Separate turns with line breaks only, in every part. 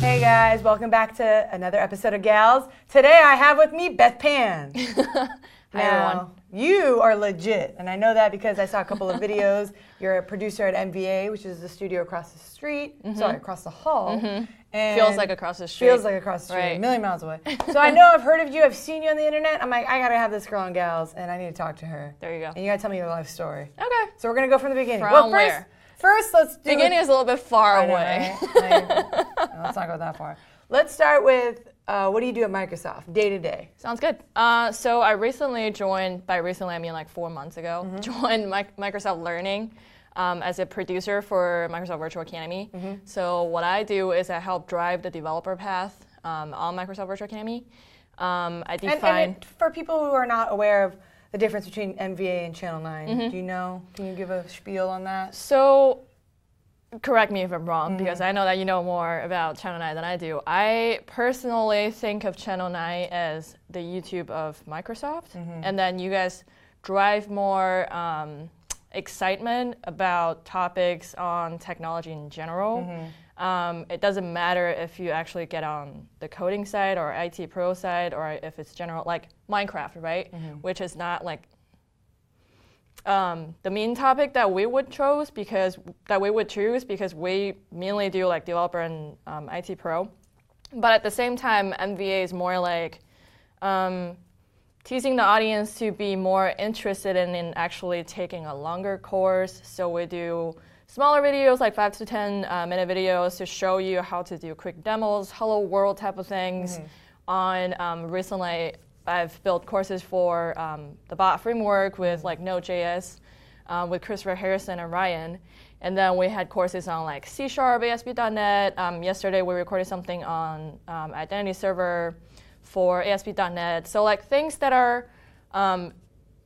Hey guys, welcome back to another episode of Gals. Today I have with me Beth Pan.
Hi, everyone.
you are legit, and I know that because I saw a couple of videos. You're a producer at MVA, which is the studio across the street. Sorry, across the hall. And
Mm-hmm. Feels like across the street.
Feels like across the street, a
Right.
million miles away. So I know I've heard of you. I've seen you on the internet. I'm like, I gotta have this girl on Gals, and I need to talk to her.
There you go.
And you gotta tell me your life story.
Okay.
So we're gonna go from the beginning.
From
well, first,
where?
first let's do
Beginning is a little bit far
I know,
away.
right? Like, no, let's not go that far. Let's start with uh, what do you do at Microsoft day to day?
Sounds good. Uh, so I recently joined, by recently I mean like four months ago,
Mm-hmm.
joined Mic- Microsoft Learning um, as a producer for Microsoft Virtual Academy.
Mm-hmm.
So what I do is I help drive the developer path um, on Microsoft Virtual Academy. Um, I define.
And, and it, for people who are not aware of the difference between MVA and Channel 9, do you know? Can you give a spiel on that?
Uh, So, correct me if I'm wrong, because I know that you know more about Channel 9 than I do. I personally think of Channel 9 as the YouTube of Microsoft, and then you guys drive more um, excitement about topics on technology in general. Um, it doesn't matter if you actually get on the coding side or IT pro side or if it's general, like Minecraft, right? Which is not like um, the main topic that we would choose because that we would choose because we mainly do like developer and um, IT pro, but at the same time MVA is more like um, teasing the audience to be more interested in, in actually taking a longer course. So we do smaller videos, like five to 10 uh, minute videos, to show you how to do quick demos, hello world type of things. On um, recently, I've built courses for um, the bot framework with like Node.js um, with Christopher Harrison and Ryan. And then we had courses on like C Sharp, ASP.NET. Um, yesterday we recorded something on um, Identity Server for ASP.NET. So like things that are um,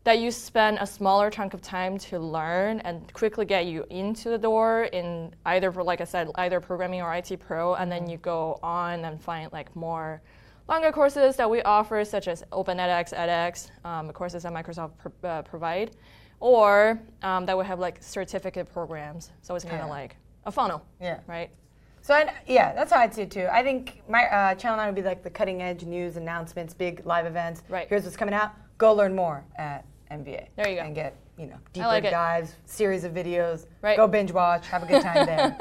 that you spend a smaller chunk of time to learn and quickly get you into the door in either like I said either programming or IT pro and then you go on and find like more longer courses that we offer such as Open edX, edX um, the courses that Microsoft pr- uh, provide or um, that would have like certificate programs so it's kind of
Yeah.
like a funnel
Yeah.
right
So I'd, yeah, that's how I'd see it too. I think my uh, Channel 9 would be like the cutting edge news announcements, big live events.
Right.
Here's what's coming out. Go learn more at MVA.
There you go.
And get you know deeper
like it.
dives, series of videos.
Right.
Go binge watch. Have a good time there.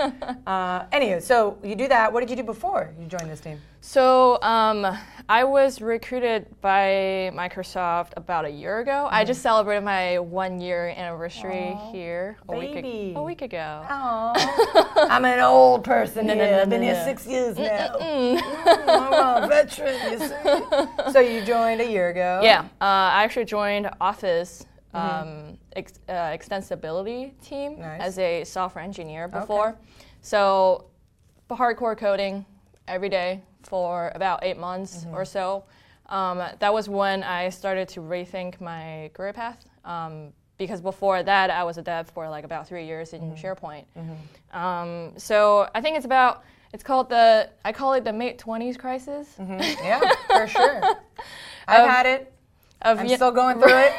uh, anywho, so you do that. What did you do before you joined this team?
So um, I was recruited by Microsoft about a year ago. I just celebrated my one year anniversary here a
baby.
week ag- a week ago.
Oh, I'm an old person.
no,
here. I've
no,
been
no,
here
no.
six years now. Mm, I'm a veteran, you see. So you joined a year ago.
Yeah, uh, I actually joined Office um, ex- uh, extensibility team
Mm-hmm. Nice.
as a software engineer before. So hardcore coding every day for about eight months
Mm-hmm.
or so. Um, that was when I started to rethink my career path. Um, because before that, I was a dev for like about three years in
Mm-hmm.
SharePoint. Um, so I think it's about, it's called the, I call it the mid 20s crisis.
Yeah, for sure. I've
Um,
had it.
Of,
Mm-hmm. I'm
you-
still going through it.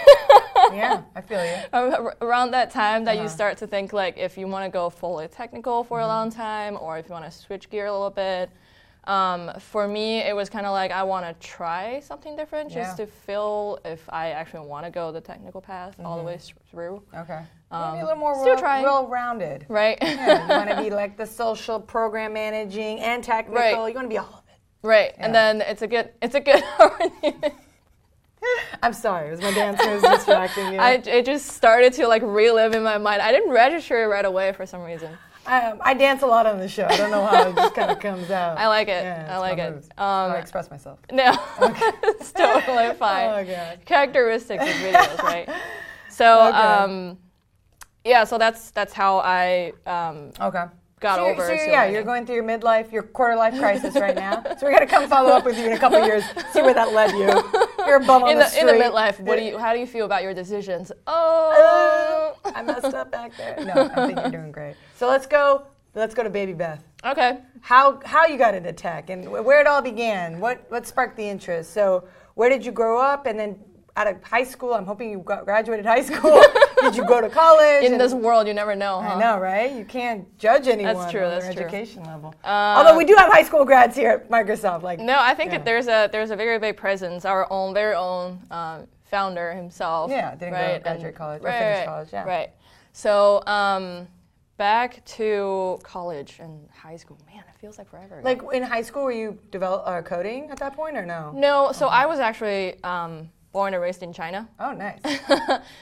yeah, I feel you.
ar- around that time that
Uh-huh.
you start to think like if you want to go fully technical for
Mm-hmm.
a long time or if you want to switch gear a little bit um, for me it was kind of like i want to try something different just
Yeah.
to feel if i actually want to go the technical path all the
Mm-hmm.
way s- through
Okay. Maybe a little more
Um, still
well,
trying.
well-rounded.
right
Yeah, you want to be like the social program managing and technical.
Right.
You want to be all of it.
right and
Yeah.
then it's a good it's a good opportunity.
I'm sorry, it was my dancer who was distracting you.
I, it just started to like relive in my mind i didn't register it right away for some reason
Um, I dance a lot on the show. I don't know how it just kind of comes out.
I like it.
it's
I
my
like it.
moves.
Um,
I express myself.
No, it's totally fine.
Oh, God.
Characteristics of videos, right? So,
Okay.
um, yeah, so that's that's how I. Um,
Okay.
Got
so you're-
over
So
it
you're,
so
yeah,
many.
you're going through your midlife, your quarter life crisis right now. So we're gonna come follow up with you in a couple years, see where that led you. You're a bum on
in
the,
the,
street.
in the midlife, what do you? How do you feel about your decisions? Oh,
I messed up back there. No, I think you're doing great. So let's go. Let's go to Baby Beth.
okay.
How how you got into tech and wh- where it all began? What what sparked the interest? So where did you grow up, and then out of high school? I'm hoping you got graduated high school. Did you go to college?
In
And-
this world, you never know. Huh?
I know, right? You can't judge anyone
true,
on
that's
their
true. Uh,
education level. Although we do have high school grads here at Microsoft, like
No, I think
Yeah.
that there's a there's a very big presence. Our own very own um, founder himself.
Yeah, didn't go to
right?
graduate
and-
college or
right,
finish
right,
college, yeah.
Right. So um, back to college and high school. Man, it feels like forever. ago.
like in high school, were you develop uh, coding at that point or no?
no. So I was actually um, born and raised in China.
Oh, nice.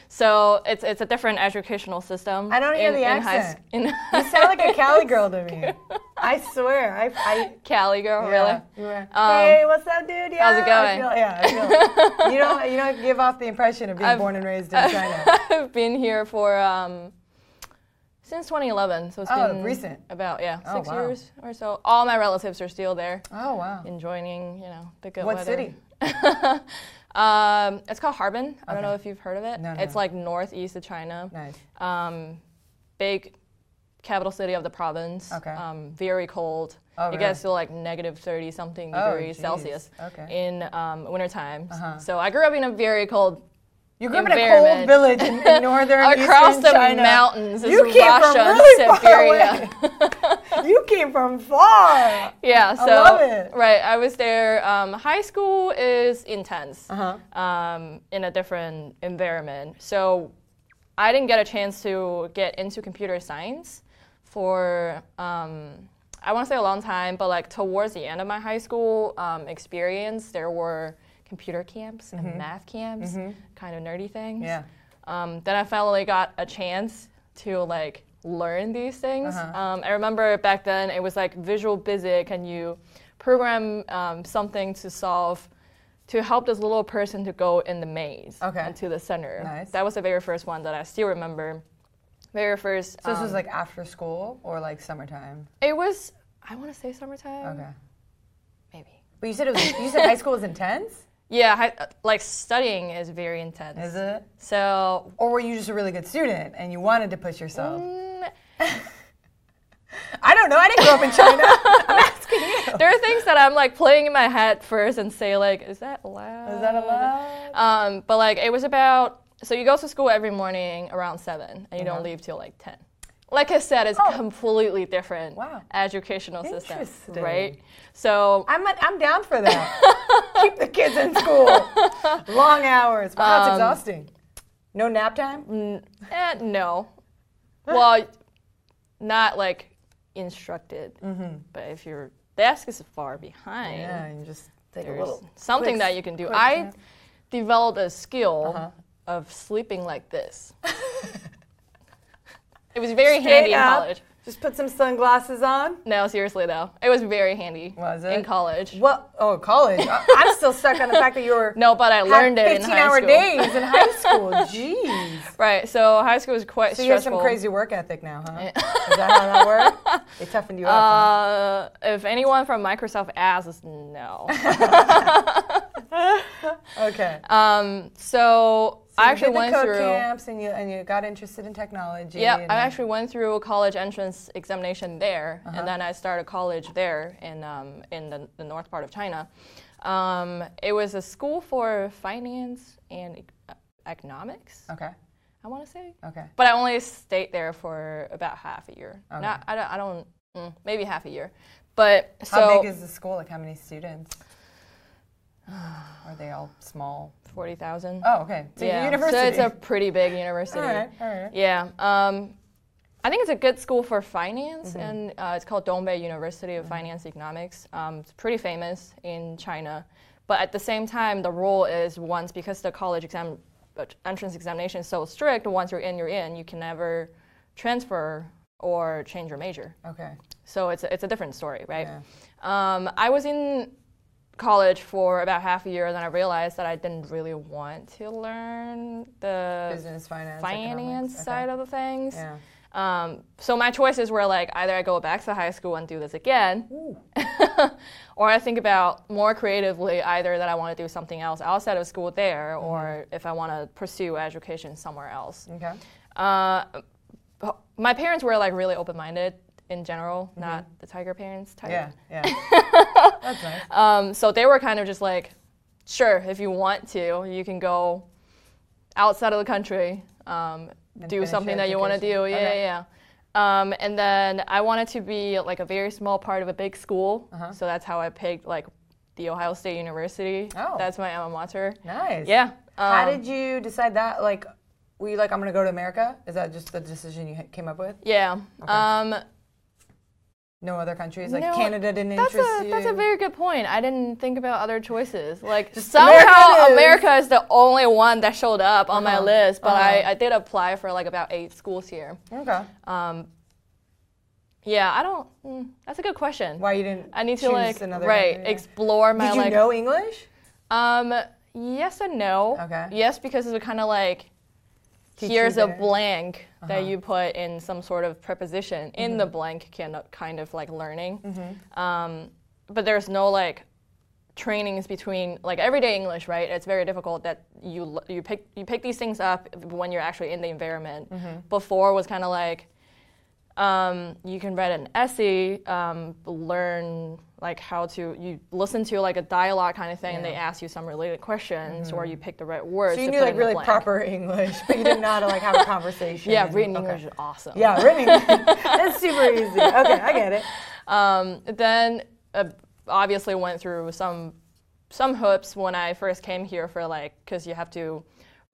so it's it's a different educational system.
I don't hear
in,
the
in high
accent.
sc- in
You sound like a Cali girl to me. I swear. I, I
Cali girl,
yeah,
really.
you were,
Um,
hey, what's up, dude? Yeah,
how's it
I
going?"
feel- yeah, I feel, you don't you don't give off the impression of being
I've-
born and raised in China.
I've been here for um, since 2011, so it's
Oh,
been
recent.
About yeah,
Oh,
six
wow.
years or so. All my relatives are still there,
Oh wow.
enjoying you know the good
What
weather.
city?
um, it's called Harbin. I don't know if you've heard of it.
No, no,
It's
no.
like northeast of China.
Nice.
Um, big capital city of the province.
Okay.
Um, very cold.
Oh,
it
really?
gets to like negative 30 something
Oh,
degrees
geez.
Celsius
Okay.
in um, winter times.
Uh-huh.
So I grew up in a very cold
You grew up in a cold
environment.
village in, in northern
across
eastern
the
China.
mountains is
You came
Russia
from
and
really far away.
Siberia.
you came from far.
yeah, so
love it.
right, I was there. Um, high school is intense
Uh-huh.
um, in a different environment, so I didn't get a chance to get into computer science for um, I want to say a long time, but like towards the end of my high school um, experience, there were computer camps and math camps, kind of nerdy things.
Mm-hmm. Yeah.
um, then I finally got a chance to like learn these things.
Uh-huh.
Um, I remember back then it was like Visual Basic, and you program um, something to solve to help this little person to go in the maze
Okay.
and to the center.
Nice.
That was the very first one that I still remember. Very first.
So this was
um,
like after school or like summertime.
it was. I want to say summertime.
Okay.
Maybe.
But you said it was, you said high school was intense.
Yeah, hi- like studying is very intense.
Is it?
So
Or were you just a really good student and you wanted to push yourself?
mm,
I don't know. I didn't grow up in China.
there are things that I'm like playing in my head first and say like, is that allowed?
Is that allowed?
Um, but like it was about so you go to school every morning around seven and you
Uh-huh.
don't leave till like ten. Like I said, it's completely different
Oh. Wow.
educational system,
Interesting.
right? So
I'm, I'm down for that. Keep the kids in school. Long hours. Wow,
Um,
it's exhausting. No nap time?
eh, no, well, not like instructed, but if your desk is far behind,
Mm-hmm. Yeah, you just take a
there's
little.
something
quick- Uh-huh.
that you can do.
quick
I
nap.
developed a skill of sleeping like this. it was very
Straight
handy in
up,
college.
Just put some sunglasses on.
No, seriously though, it was very handy.
Was
in
it?
college?
What? Oh, college. I, I'm still stuck on the fact that you were
No, but I
had
learned it in
15
high
hour
school.
days in high school. Jeez.
Right, so high school was quite
So you have
stressful.
some crazy work ethic now, huh? Is that how that worked? They toughened you up.
uh, if anyone from Microsoft asks, no. Uh,
huh? Okay.
um, so, I
You
actually
did the
went
code
through.
camps and you and you got interested in technology.
Yeah,
and-
I actually went through a college entrance examination there,
Uh-huh.
and then I started college there in um, in the, the north part of China. Um, it was a school for finance and ec- uh, economics,
Okay.
I want to say.
Okay.
But I only stayed there for about half a year.
Okay.
Not, I don't, I don't mm, maybe half a year. But so
How big is the school? Like how many students? Are they all small?
forty thousand.
Oh, okay. So
yeah.
yeah. university.
So it's a pretty big university.
all right, all right.
Yeah. Um, I think it's a good school for finance,
Mm-hmm.
and uh, it's called Dongbei University of Finance Economics. Um, it's pretty famous in China, but at the same time, the rule is once because the college exam uh, entrance examination is so strict. Once you're in, you're in. You can never transfer or change your major.
Okay.
So it's a, it's a different story, right?
Yeah.
Um, I was in college for about half a year, then I realized that I didn't really want to learn the
Business, finance,
finance
economics. Okay.
side of the things.
Yeah.
Um, so my choices were like either I go back to high school and do this again, or I think about more creatively either that I want to do something else outside of school there, or if I want to pursue education somewhere else.
Okay.
Uh, my parents were like really open-minded in general, not the tiger parents type.
Yeah. Yeah. That's nice.
Um, so they were kind of just like, sure, if you want to, you can go outside of the country, um,
And
do
finish
something
your
that you want to do. Yeah,
education. Okay.
yeah, yeah. Um, and then I wanted to be like a very small part of a big school,
Uh-huh.
so that's how I picked like the Ohio State University.
Oh.
That's my alma mater.
Nice.
Yeah.
How
um,
did you decide that? Like, were you like, I'm gonna go to America? Is that just the decision you ha- came up with?
yeah. Um,
No other countries? Like
No,
Canada didn't
That's
interest
a
you?
that's a very good point. I didn't think about other choices. Like
Just
somehow
America it is.
America is the only one that showed up on my
Uh-huh,
list, but
uh-huh.
I, I did apply for like about eight schools here.
okay.
Um, yeah, I don't. Mm, that's a good question.
Why you didn't?
I need to
choose
like
another
right
country?
explore my
Did you
like.
know English?
Um, yes and no.
Okay.
Yes, because it's kind of like
Teach you Uh-huh.
here's a
better.
blank that you put in some sort of preposition in
Mm-hmm.
the blank can kind of like learning. Um, but there's no like trainings between like everyday English, right? It's very difficult that you l- you pick you pick these things up when you're actually in the environment.
Mm-hmm.
Before was kind of like um, you can write an essay, um, learn like how to you listen to like a dialogue kind of thing, and they ask you some related questions, or you pick the right words.
Mm-hmm. So you
to
knew
put
like
in the
really
blank.
proper English, but you didn't know how to like have a conversation.
Yeah,
and-
written
okay.
English is awesome.
Yeah, written English. That's super easy. Okay, I get it.
Um, then uh, obviously went through some some hoops when I first came here for like because you have to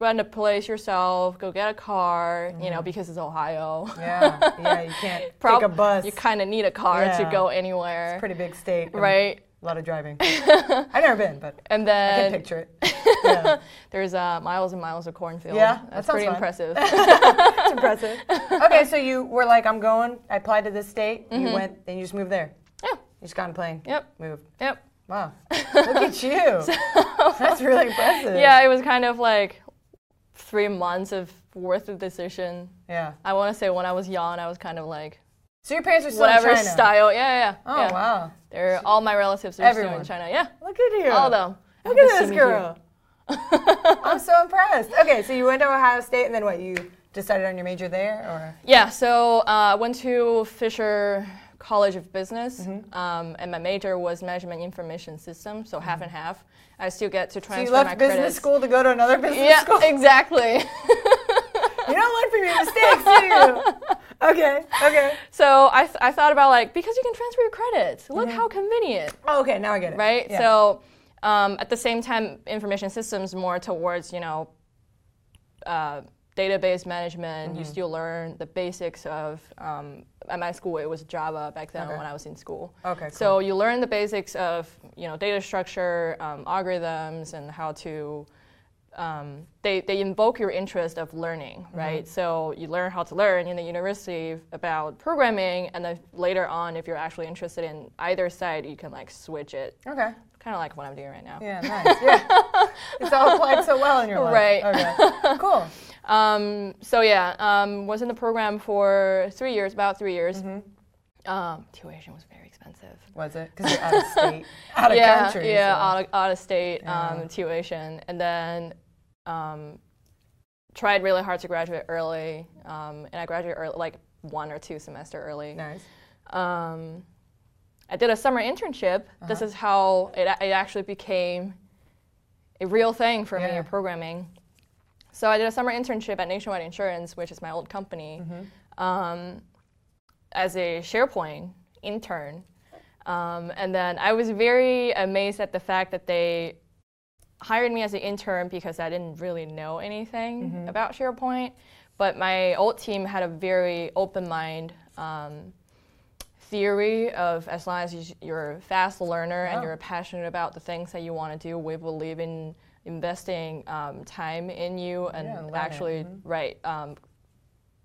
run the place yourself, go get a car, you
Mm-hmm.
know, because it's Ohio.
Yeah, yeah, you can't
Prob-
take a bus.
You kind of need a car to
Yeah.
go anywhere,
Pretty big state. and
right?
A lot of driving. I've never been, but
And
I can
then
picture it. Yeah,
there's uh, miles and miles of cornfield.
Yeah, that
that's
sounds
pretty
fun.
impressive.
it's impressive. Okay, so you were like, I'm going. I applied to this state. You went, and you just moved there.
yeah.
You just got on a plane.
Mm-hmm. Yep.
Moved.
Yep.
Wow. Look at you. That's really impressive.
Yeah, it was kind of like three months of worth of decision.
Yeah.
I want to say when I was young, I was kind of like
So your parents are still
whatever
in China.
style. Yeah, yeah.
Oh
yeah.
wow.
They're all my relatives are still
Everyone.
in China. Yeah,
Look at you.
all of them.
Look at this girl. I'm so impressed. Okay, so you went to Ohio State, and then what? You decided on your major there, or
Yeah, so uh, I went to Fisher College of Business,
Mm-hmm.
um, and my major was Management Information System, so half and half. I still get to
Mm-hmm. so
transfer
you
my
left business
credits.
school to go to another business
yeah,
school?
exactly.
You don't learn from your mistakes, do you? Okay, okay.
so I, th- I thought about like because you can transfer your credits. Look how convenient.
Oh, okay, now I get it.
right?
Yeah.
So um, at the same time, information systems more towards you know uh, database management.
Mm-hmm.
You still learn the basics of um, at my school it was Java back then
Okay.
when I was in school.
Okay,
So you learn the basics of you know data structure, um, algorithms, and how to um, they, they invoke your interest of learning,
Mm-hmm.
right? So you learn how to learn in the university about programming, and then later on, if you're actually interested in either side, you can like switch it,
okay.
kind of like what I'm doing right now.
Yeah, nice. Yeah. it's all applied so well in your life.
Right.
Okay. Cool.
Um, so yeah, um, was in the program for three years, about three years.
Mm-hmm.
Um, tuition was very expensive.
Was it? Because you're out of state, out of
yeah,
country.
yeah,
so-
out, of, out of state
Yeah.
um, tuition, and then um, tried really hard to graduate early, um, and I graduated early, like one or two semester early.
Nice.
Um, I did a summer internship. This is how it, a- it actually became a real thing for me
Yeah.
in programming. So I did a summer internship at Nationwide Insurance, which is my old company, um, as a SharePoint intern. Um, and then I was very amazed at the fact that they hired me as an intern because I didn't really know anything
Mm-hmm.
about SharePoint. But my old team had a very open mind um, theory of as long as you- you're a fast learner and
Oh.
you're passionate about the things that you want to do, we believe in investing um, time in you and
Yeah, learning. Mm-hmm.
actually right um,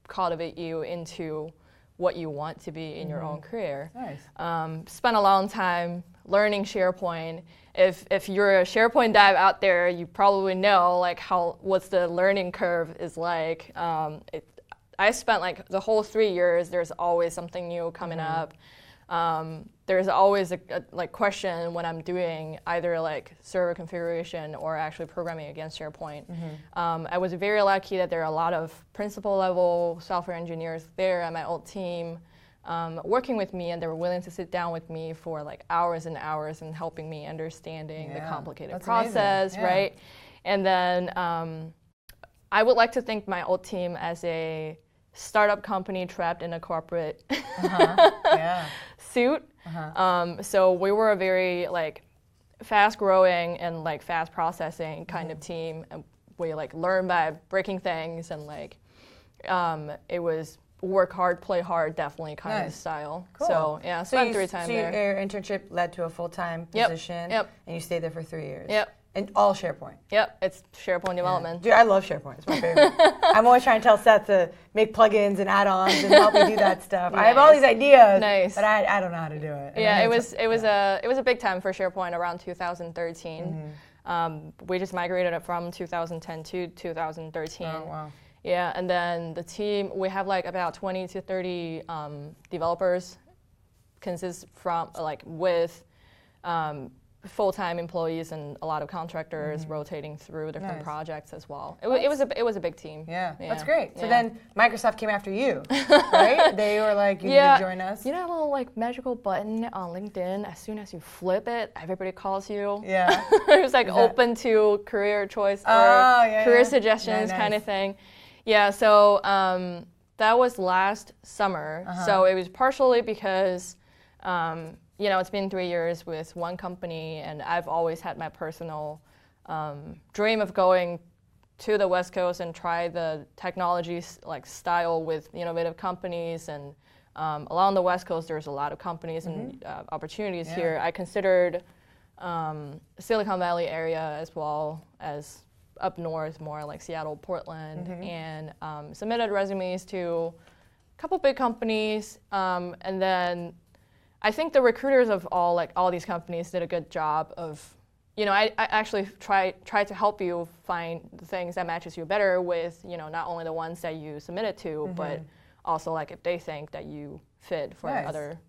cultivate you into what you want to be in your
Mm-hmm.
own career
Nice.
um, spent a long time learning SharePoint. If, if you're a SharePoint dive out there, you probably know like how what's the learning curve is like. Um, it, I spent like the whole three years. There's always something new coming up. Um, there's always a, a, like question when I'm doing either like server configuration or actually programming against SharePoint.
Mm-hmm.
Um, I was very lucky that there are a lot of principal level software engineers there at my old team um, working with me and they were willing to sit down with me for like hours and hours and helping me understanding the
Yeah,
complicated
that's amazing.
process
Yeah.
right and then um, I would like to think my old team as a startup company trapped in a corporate
yeah.
suit.
Uh-huh.
Um, so we were a very like fast growing and like fast processing kind
Mm-hmm.
of team. And we like learn by breaking things and like um, it was work hard, play hard, definitely kind of
Nice.
style.
Cool.
So yeah, spent
you-
three times
so
there.
Your internship led to a full time
Yep,
position.
yep.
And you stayed there for three years.
Yep.
And all SharePoint.
Yep, it's SharePoint development.
Dude, I love SharePoint. It's my favorite. I'm always trying to tell Seth to make plugins and add-ons and help me do that stuff. I have all
Nice.
these ideas,
Nice.
but I, I don't know how to do it. And I
Yeah,
know
it
it's-
was it was a it was a big time for SharePoint around 2013.
Mm-hmm.
Um, we just migrated it from 2010 to 2013.
Oh, wow.
Yeah, and then the team we have like about 20 to 30 um, developers, consists from like with um, full time employees and a lot of contractors rotating through different
Mm-hmm. Nice.
projects as well. It, wa- it was a it was a big team.
Yeah, that's
Yeah,
great. So
yeah.
then Microsoft came after you, right? they were like, you need to join us.
You know that little like magical button on LinkedIn? As soon as you flip it, everybody calls you.
Yeah.
it was like
Is that-
open to career choice or
Oh, yeah,
career
yeah.
suggestions
Yeah,
kind of
nice.
thing. Yeah, so um, that was last summer.
Uh-huh.
So it was partially because, um, you know, it's been three years with one company, and I've always had my personal um, dream of going to the West Coast and try the technology s- like style with innovative companies and. Um, along the West Coast, there's a lot of companies and uh, opportunities
Yeah.
here. I considered um, Silicon Valley area as well as up north, more like Seattle, Portland, and um, submitted resumes to a couple big companies, um, and then I think the recruiters of all like all these companies did a good job of, you know, I, I actually try try to help you find the things that matches you better with, you know, not only the ones that you submitted to, but also like if they think that you fit for
Nice.
other.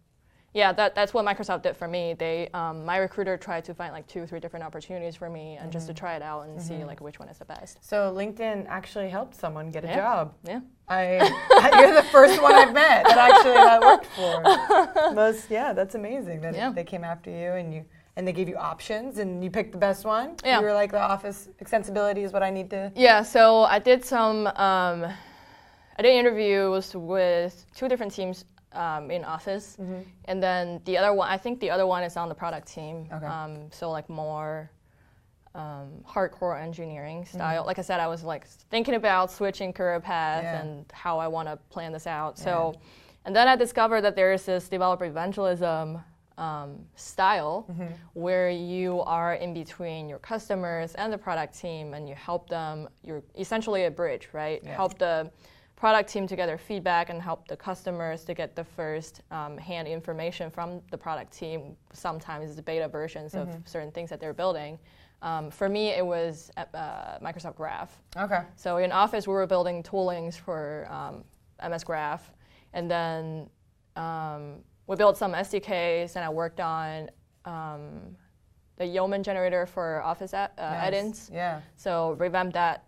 Yeah, that, that's what Microsoft did for me. They, um, my recruiter tried to find like two, three different opportunities for me, and just to try it out and see like which one is the best.
So LinkedIn actually helped someone get a
Yeah.
job.
Yeah.
I, you're the first one I've met that actually I worked for. Most, yeah, that's amazing that
Yeah.
they came after you and you and they gave you options and you picked the best one.
Yeah.
You were like, the office extensibility is what I need to.
Yeah, so I did some, um, I did interviews with two different teams um, in office,
Mm-hmm.
and then the other one, I think the other one is on the product team.
Okay.
Um, so like more um, hardcore engineering
Mm-hmm.
style. Like I said, I was like thinking about switching career path
Yeah.
and how I want to plan this out. So, and then I discovered that there is this developer evangelism um, style where you are in between your customers and the product team, and you help them. You're essentially a bridge, right?
Yeah.
Help the product team to gather feedback and help the customers to get the first um, hand information from the product team. Sometimes it's beta versions of certain things that they're building. Um, for me, it was uh, uh, Microsoft Graph.
Okay.
So in Office, we were building toolings for um, MS Graph, and then um, we built some SDKs, and I worked on um, the Yeoman generator for Office a- uh,
Nice.
add-ins.
Yeah.
So revamp that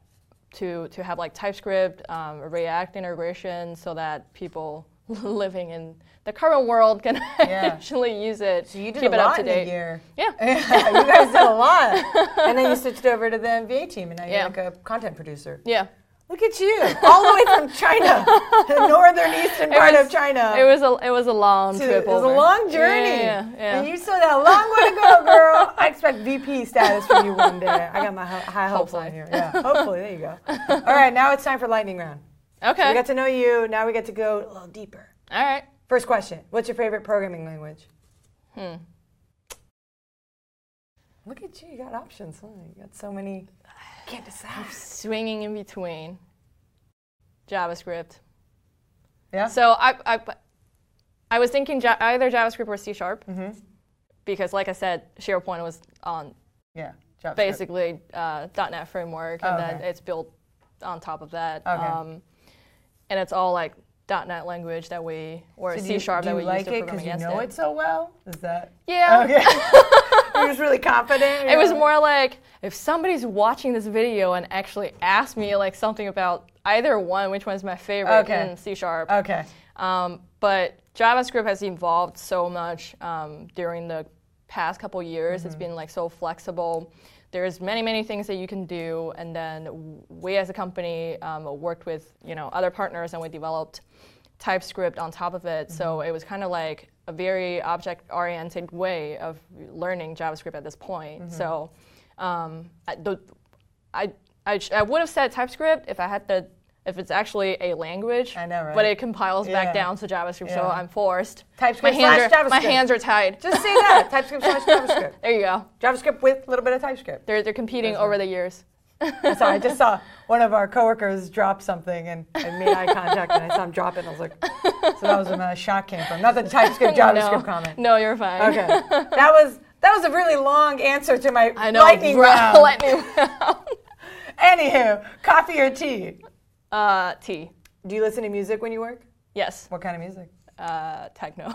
to to have like TypeScript, um, React integration, so that people living in the current world can actually use it.
So you did
keep
a
it
lot
up to
in
date.
a year.
Yeah.
you guys did a lot. And then you switched over to the MBA team, and now you're
Yeah.
like a content producer.
Yeah.
Look at you, all the way from China, the northern eastern part of China.
It was a it was a long
to-
trip.
it was
over.
a long journey.
Yeah, yeah, yeah.
And you still got a long way to go, girl. I expect VP status from you one day. I got my ho- high hopes
Hopefully.
on here. Yeah, hopefully. There you go. All right, now it's time for lightning round.
okay.
We got to know you. Now we get to go a little deeper.
All right.
First question: What's your favorite programming language?
Hmm.
Look at you. You got options. Huh? You got so many. Can't decide.
swinging in between JavaScript.
Yeah.
So I, I, I was thinking ja- either JavaScript or C sharp
Mm-hmm.
because, like I said, SharePoint was on
Yeah. JavaScript.
basically uh, .NET framework, and
Oh,
then
okay.
it's built on top of that. Um,
Okay.
and it's all like .NET language that we or
So do
C
you-
sharp
do
that
you
we
like
use to
it
program
you
against
know it. so well? Is that?
Yeah.
Okay. You're just really confident.
It was
You're-
more like if somebody's watching this video and actually asks me like something about either one, which one's my favorite?
Okay.
mm, C sharp.
Okay.
Um, but JavaScript has evolved
Mm-hmm.
so much um, during the past couple years. It's been like so flexible. there's many many things that you can do and then w- we as a company um, worked with you know other partners and we developed typescript on top of it so
Mm-hmm.
it was kind of like a very object oriented way of learning javascript at this point
Mm-hmm.
so um, I, the, I, I, sh- I would have said typescript if i had the if it's actually a language
I know,
but
right?
it compiles
Yeah.
back down to javascript so
Yeah.
i'm forced
TypeScript
my hands,
slash
are, my
JavaScript.
hands are tied
Just say that. TypeScript slash JavaScript.
there you go
JavaScript with a little bit of TypeScript.
they're, they're competing over the years
So I just saw one of our coworkers drop something and I made eye contact and I saw him drop it and I was like, so that was where my shock came from. Not the TypeScript JavaScript
no.
comment.
No, you're fine.
Okay. That was that was a really long answer to my
I know.
lightning
ra-
round.
lightning round.
Anywho, coffee or tea?
Uh, T.
Do you listen to music when you work?
Yes.
What kind of music?
Uh, techno.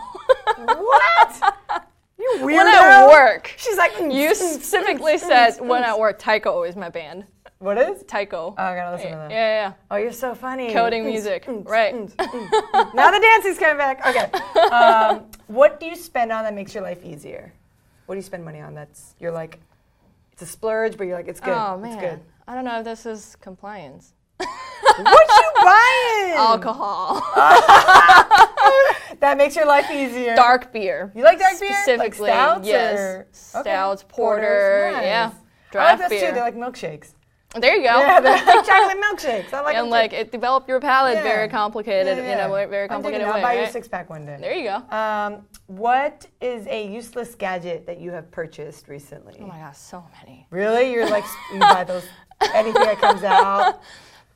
what? You weirdo.
when I work,
She's like, "Mm,
you specifically said when I work, Taiko is my band.
What is?
Taiko.
Oh, I gotta listen to
yeah,
that.
yeah,
Oh, you're so funny.
yeah. Coding music. right.
now the dancing's coming back. Okay. Um, what do you spend on that makes your life easier? What do you spend money on that's you're like, it's a splurge, but you're like, it's good.
Oh
It's
man,
good.
I don't know if this is compliance.
what you buying?
Alcohol,
That makes your life easier.
dark beer.
You like dark beer? Like
specifically?
stouts
yes.
or- okay.
Stouts,
Porters,
porter.
nice.
Yeah.
I like
Draft
those
beer.
too. They're like milkshakes.
there you go.
Yeah, they're like chocolate milkshakes. I like them
and like
too.
it developed your palate
Yeah.
very complicated
Yeah, yeah.
in a way- very
I'm digging
complicated
it. I'll
way.
buy you a
right?
six pack one day.
There you go.
Um, what is a useless gadget that you have purchased recently?
Oh my gosh, so many.
Really? You're like, you buy those, anything that comes out.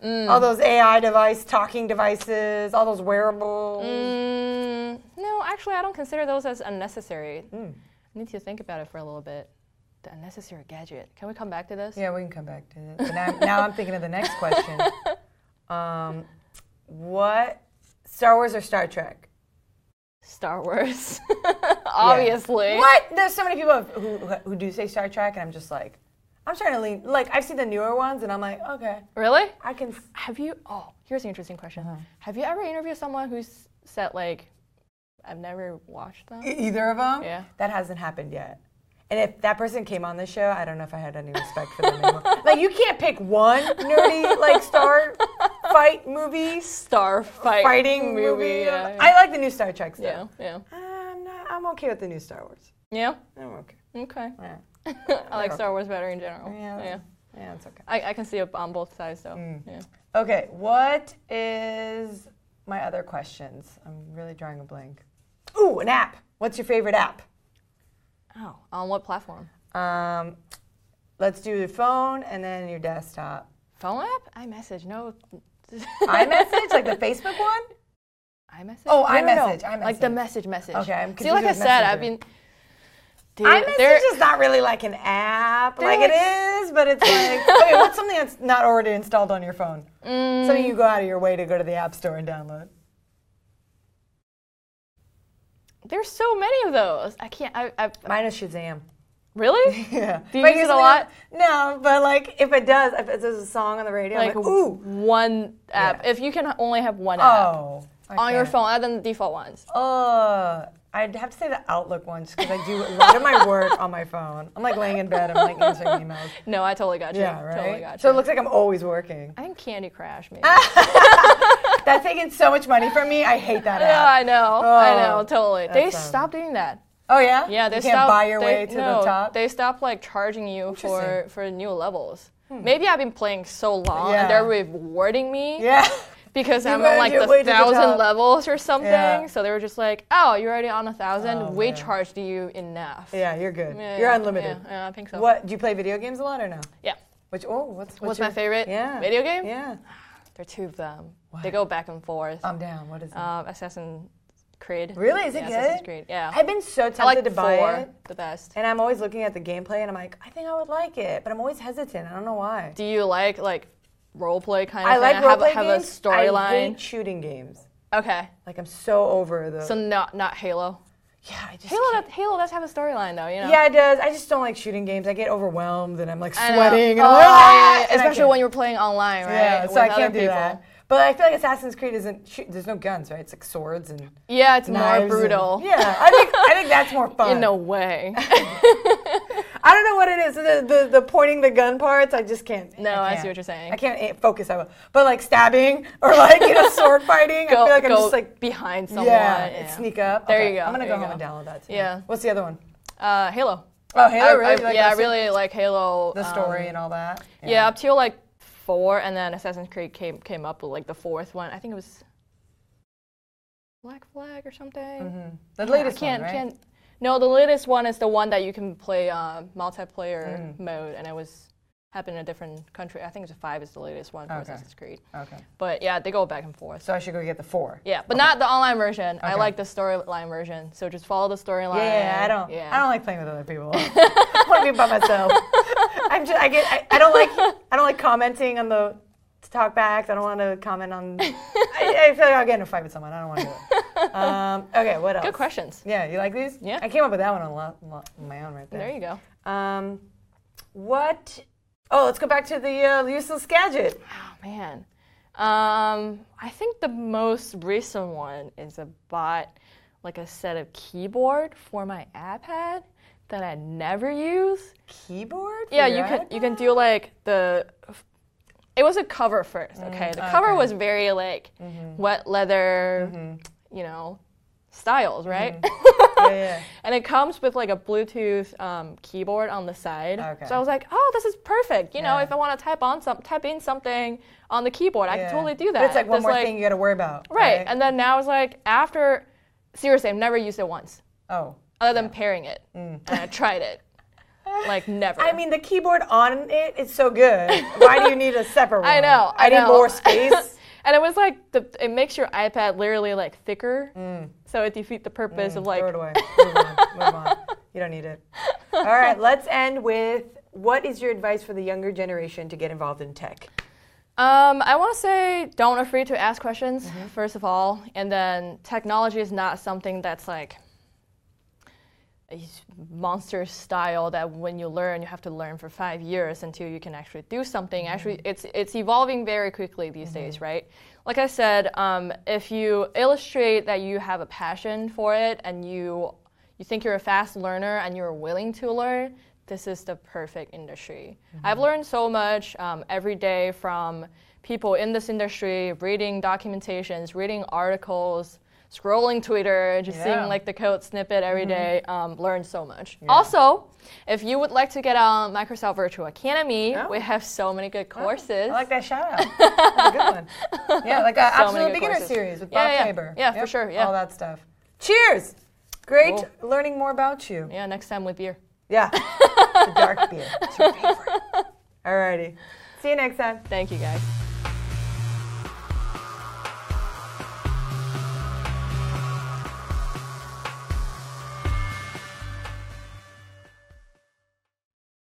Mm.
All those AI device, talking devices, all those wearables.
Mm, no, actually, I don't consider those as unnecessary.
Hmm.
I need to think about it for a little bit. The unnecessary gadget. Can we come back to this?
Yeah, we can come back to that. But now, now I'm thinking of the next question. Um, what, Star Wars or Star Trek?
Star Wars, obviously.
What? There's so many people who, who, who do say Star Trek, and I'm just like, I'm trying to lean, like, I've seen the newer ones, and I'm like, okay,
Really?
I can,
Have you? Oh, here's an interesting question. Have you ever interviewed someone who's said like, "I've never watched them"?
e- either of them.
Yeah.
That hasn't happened yet. And if that person came on the show, I don't know if I had any respect for them anymore. like you can't pick one nerdy like star fight movie,
Star fight
fighting movie.
Yeah, yeah.
I like the new Star Trek
yeah,
stuff. Uh,
yeah,
I'm, not, I'm okay with the new Star Wars.
yeah.
I'm okay.
Okay.
Yeah,
I like Star Wars better in general.
yeah,
Oh, Yeah. Mm.
yeah. it's okay.
I, I can see it on both sides though. Yeah.
Okay, what is my other questions? I'm really drawing a blank. Ooh, an app. What's your favorite app?
Oh. On what platform?
Um, let's do your phone and then your desktop.
Phone app? iMessage. No.
iMessage, like the Facebook one.
iMessage?
Oh,
No, no, no.
iMessage, iMessage.
Like the message message.
Okay, I'm
See, like I
confused with
said, I've
Messenger.
been. Dude,
iMessage
there-
is not really like an app,
They're
like,
like-
it is, but it's like okay, what's something that's not already installed on your phone?
Mm.
Something you go out of your way to go to the app store and download.
there's so many of those. I can't. I, I
Mine is Shazam.
really.
Yeah.
Do you
But
use it a
usually-
lot?
No, but like if it does, if it- there's a song on the radio,
like
I'm like ooh,
one app.
Yeah.
If you can only have one app
oh, I
on your
can't.
phone, other than the default ones.
Uh, I'd have to say the Outlook one just because I do a lot of my work on my phone. I'm like laying in bed, I'm like answering emails.
No, I totally got you.
Yeah, right.
Totally got you.
So Ah. it looks like I'm always working.
I think Candy Crash maybe.
That's taking so much money from me. I hate that
Yeah,
app.
I know. I
Oh,
know, totally. They
that sounds-
stopped doing that.
Oh yeah.
Yeah, they
you can't
stopped-
buy your
they-
way to
no,
the top.
They stopped like charging you for
Interesting. Hmm.
for new levels. Maybe I've been playing so long
Yeah.
and they're rewarding me
yeah.
because
You
I'm on like
earned your
the
way to the
thousand
top.
levels or something.
Yeah.
So they were just like, "Oh, you're already on a thousand.
Oh,
we
man.
charged you enough."
Yeah, you're good.
Yeah,
you're
yeah,
unlimited.
Yeah, yeah, I think so.
What do you play video games a lot or no?
Yeah.
Which oh, what's what's,
What's
your,
my favorite
Yeah.
video game?
Yeah.
There are two of them. They go back and forth.
I'm down. What is it?
um, Assassin's Creed.
Really? Is it
yeah, Assassin's
good?
Creed. Yeah.
I've been so tempted
I like
to buy
four
it,
the best.
and I'm always looking at the gameplay, and I'm like, I think I would like it, but I'm always hesitant. I don't know why.
Do you like like role play kind of
I
thing?
like
have,
roleplay
have
games.
a
I hate
storyline.
shooting games.
Okay.
Like I'm so over the.
So not not Halo.
yeah, I just.
Halo
can't-
does, Halo does have a storyline though, you know.
yeah, it does. I just don't like shooting games. I get overwhelmed, and I'm like
I know.
sweating, and
Oh,
I'm like, "Ah!"
yeah,
And I
especially
can't-
when you're playing online, right?
Yeah, so
with
I
other
can't do
people.
that. But I feel like Assassin's Creed isn't. Shoot, there's no guns, right? It's like swords and
Yeah, it's
knives.
more brutal
And, yeah, I think I think that's more fun.
in a way.
I don't know what it is. The, the, the pointing the gun parts, I just can't.
No, I see
can't.
what you're saying.
I can't eh, focus. I will. But like stabbing or like you know sword fighting, I
go,
feel like I'm
go
just like
behind someone.
yeah, it sneak up.
There
Okay,
you go,
I'm gonna go
there you
home
go.
and download that. Too.
Yeah.
What's the other one?
Uh, Halo.
Oh, Halo.
I-
really?
I-
You like
yeah, I
that sto-
really like Halo.
The
um,
story and all that.
yeah. up till like four, and then Assassin's Creed came came up with like the fourth one. I think it was Black Flag or something.
Mm-hmm. The
Yeah, I
latest
can't,
one, right?
Can't, no, the latest one is the one that you can play uh, multiplayer
Mm.
mode, and it was happened in a different country. I think it's five is the latest one for
Okay.
Assassin's Creed.
Okay.
But yeah, they go back and forth.
So I should go get the four.
Yeah, but not the online version. I
Okay.
like the storyline version. So just follow the storyline.
Yeah, I don't.
Yeah.
I don't like playing with other people. I want to be by myself. I'm just. I get. I, I don't like. I don't like commenting on the talk backs. I don't want to comment on. I, I feel like I'll get in a fight with someone. I don't want to do it. Um, okay. What else?
Good questions.
Yeah, you like these?
Yeah.
I came up with that one on lo- lo- my own right there.
There you go.
Um, what? Oh, let's go back to the uh, useless gadget.
Oh man. Um, I think the most recent one is I bought like a set of keyboard for my iPad that I never use.
Keyboard? for
Yeah,
your
you can you
iPad?
can do like the. It was a cover first,
Mm,
okay. The cover was very like
Mm-hmm.
wet leather, you know, styles,
Mm-hmm.
right?
yeah,
and it comes with like a Bluetooth um, keyboard on the side.
Okay.
So I was like, oh, this is perfect. You know,
Yeah.
if I want to type on some, type in something on the keyboard, I
yeah.
can totally do
But
that.
it's like one
There's,
more thing you got to worry about.
Right. And then now it's like after, seriously, I've never used it once,
oh.
other than pairing it, and I tried it, like never.
Mm. I mean, the keyboard on it is so good. Why do you need a separate one?
I know. I,
I, need
know.
more space.
and it was like the, it makes your iPad literally like thicker,
Mm.
so it defeats the purpose of like
Throw it away. Move on. Move on. You don't need it. All right. Let's end with what is your advice for the younger generation to get involved in tech?
Um, I want to say don't afraid to ask questions,
Mm-hmm.
first of all. And then technology is not something that's like a s- monster style that when you learn, you have to learn for five years until you can actually do something. Actually, it's, it's evolving very quickly these days, right? Like I said, um, if you illustrate that you have a passion for it and you, you think you're a fast learner and you're willing to learn, this is the perfect industry. I've learned so much um, every day from people in this industry, reading documentations, reading articles, scrolling Twitter, just
Yeah.
seeing like the code snippet every
Mm-hmm.
day. Um, learned so much. Also, if you would like to get on Microsoft Virtual Academy,
Oh.
we have so many good courses.
I like that shout out. That's a good one. Yeah, like an
So many
absolute
good
beginner
courses.
series with
Yeah,
Bob
yeah.
Faber.
Yeah, for sure, yeah.
All that stuff. Cheers. Great
Cool.
learning more about you.
Yeah, next time with beer.
Yeah. the dark beer. It's your favorite. All righty. See you next time.
Thank you guys.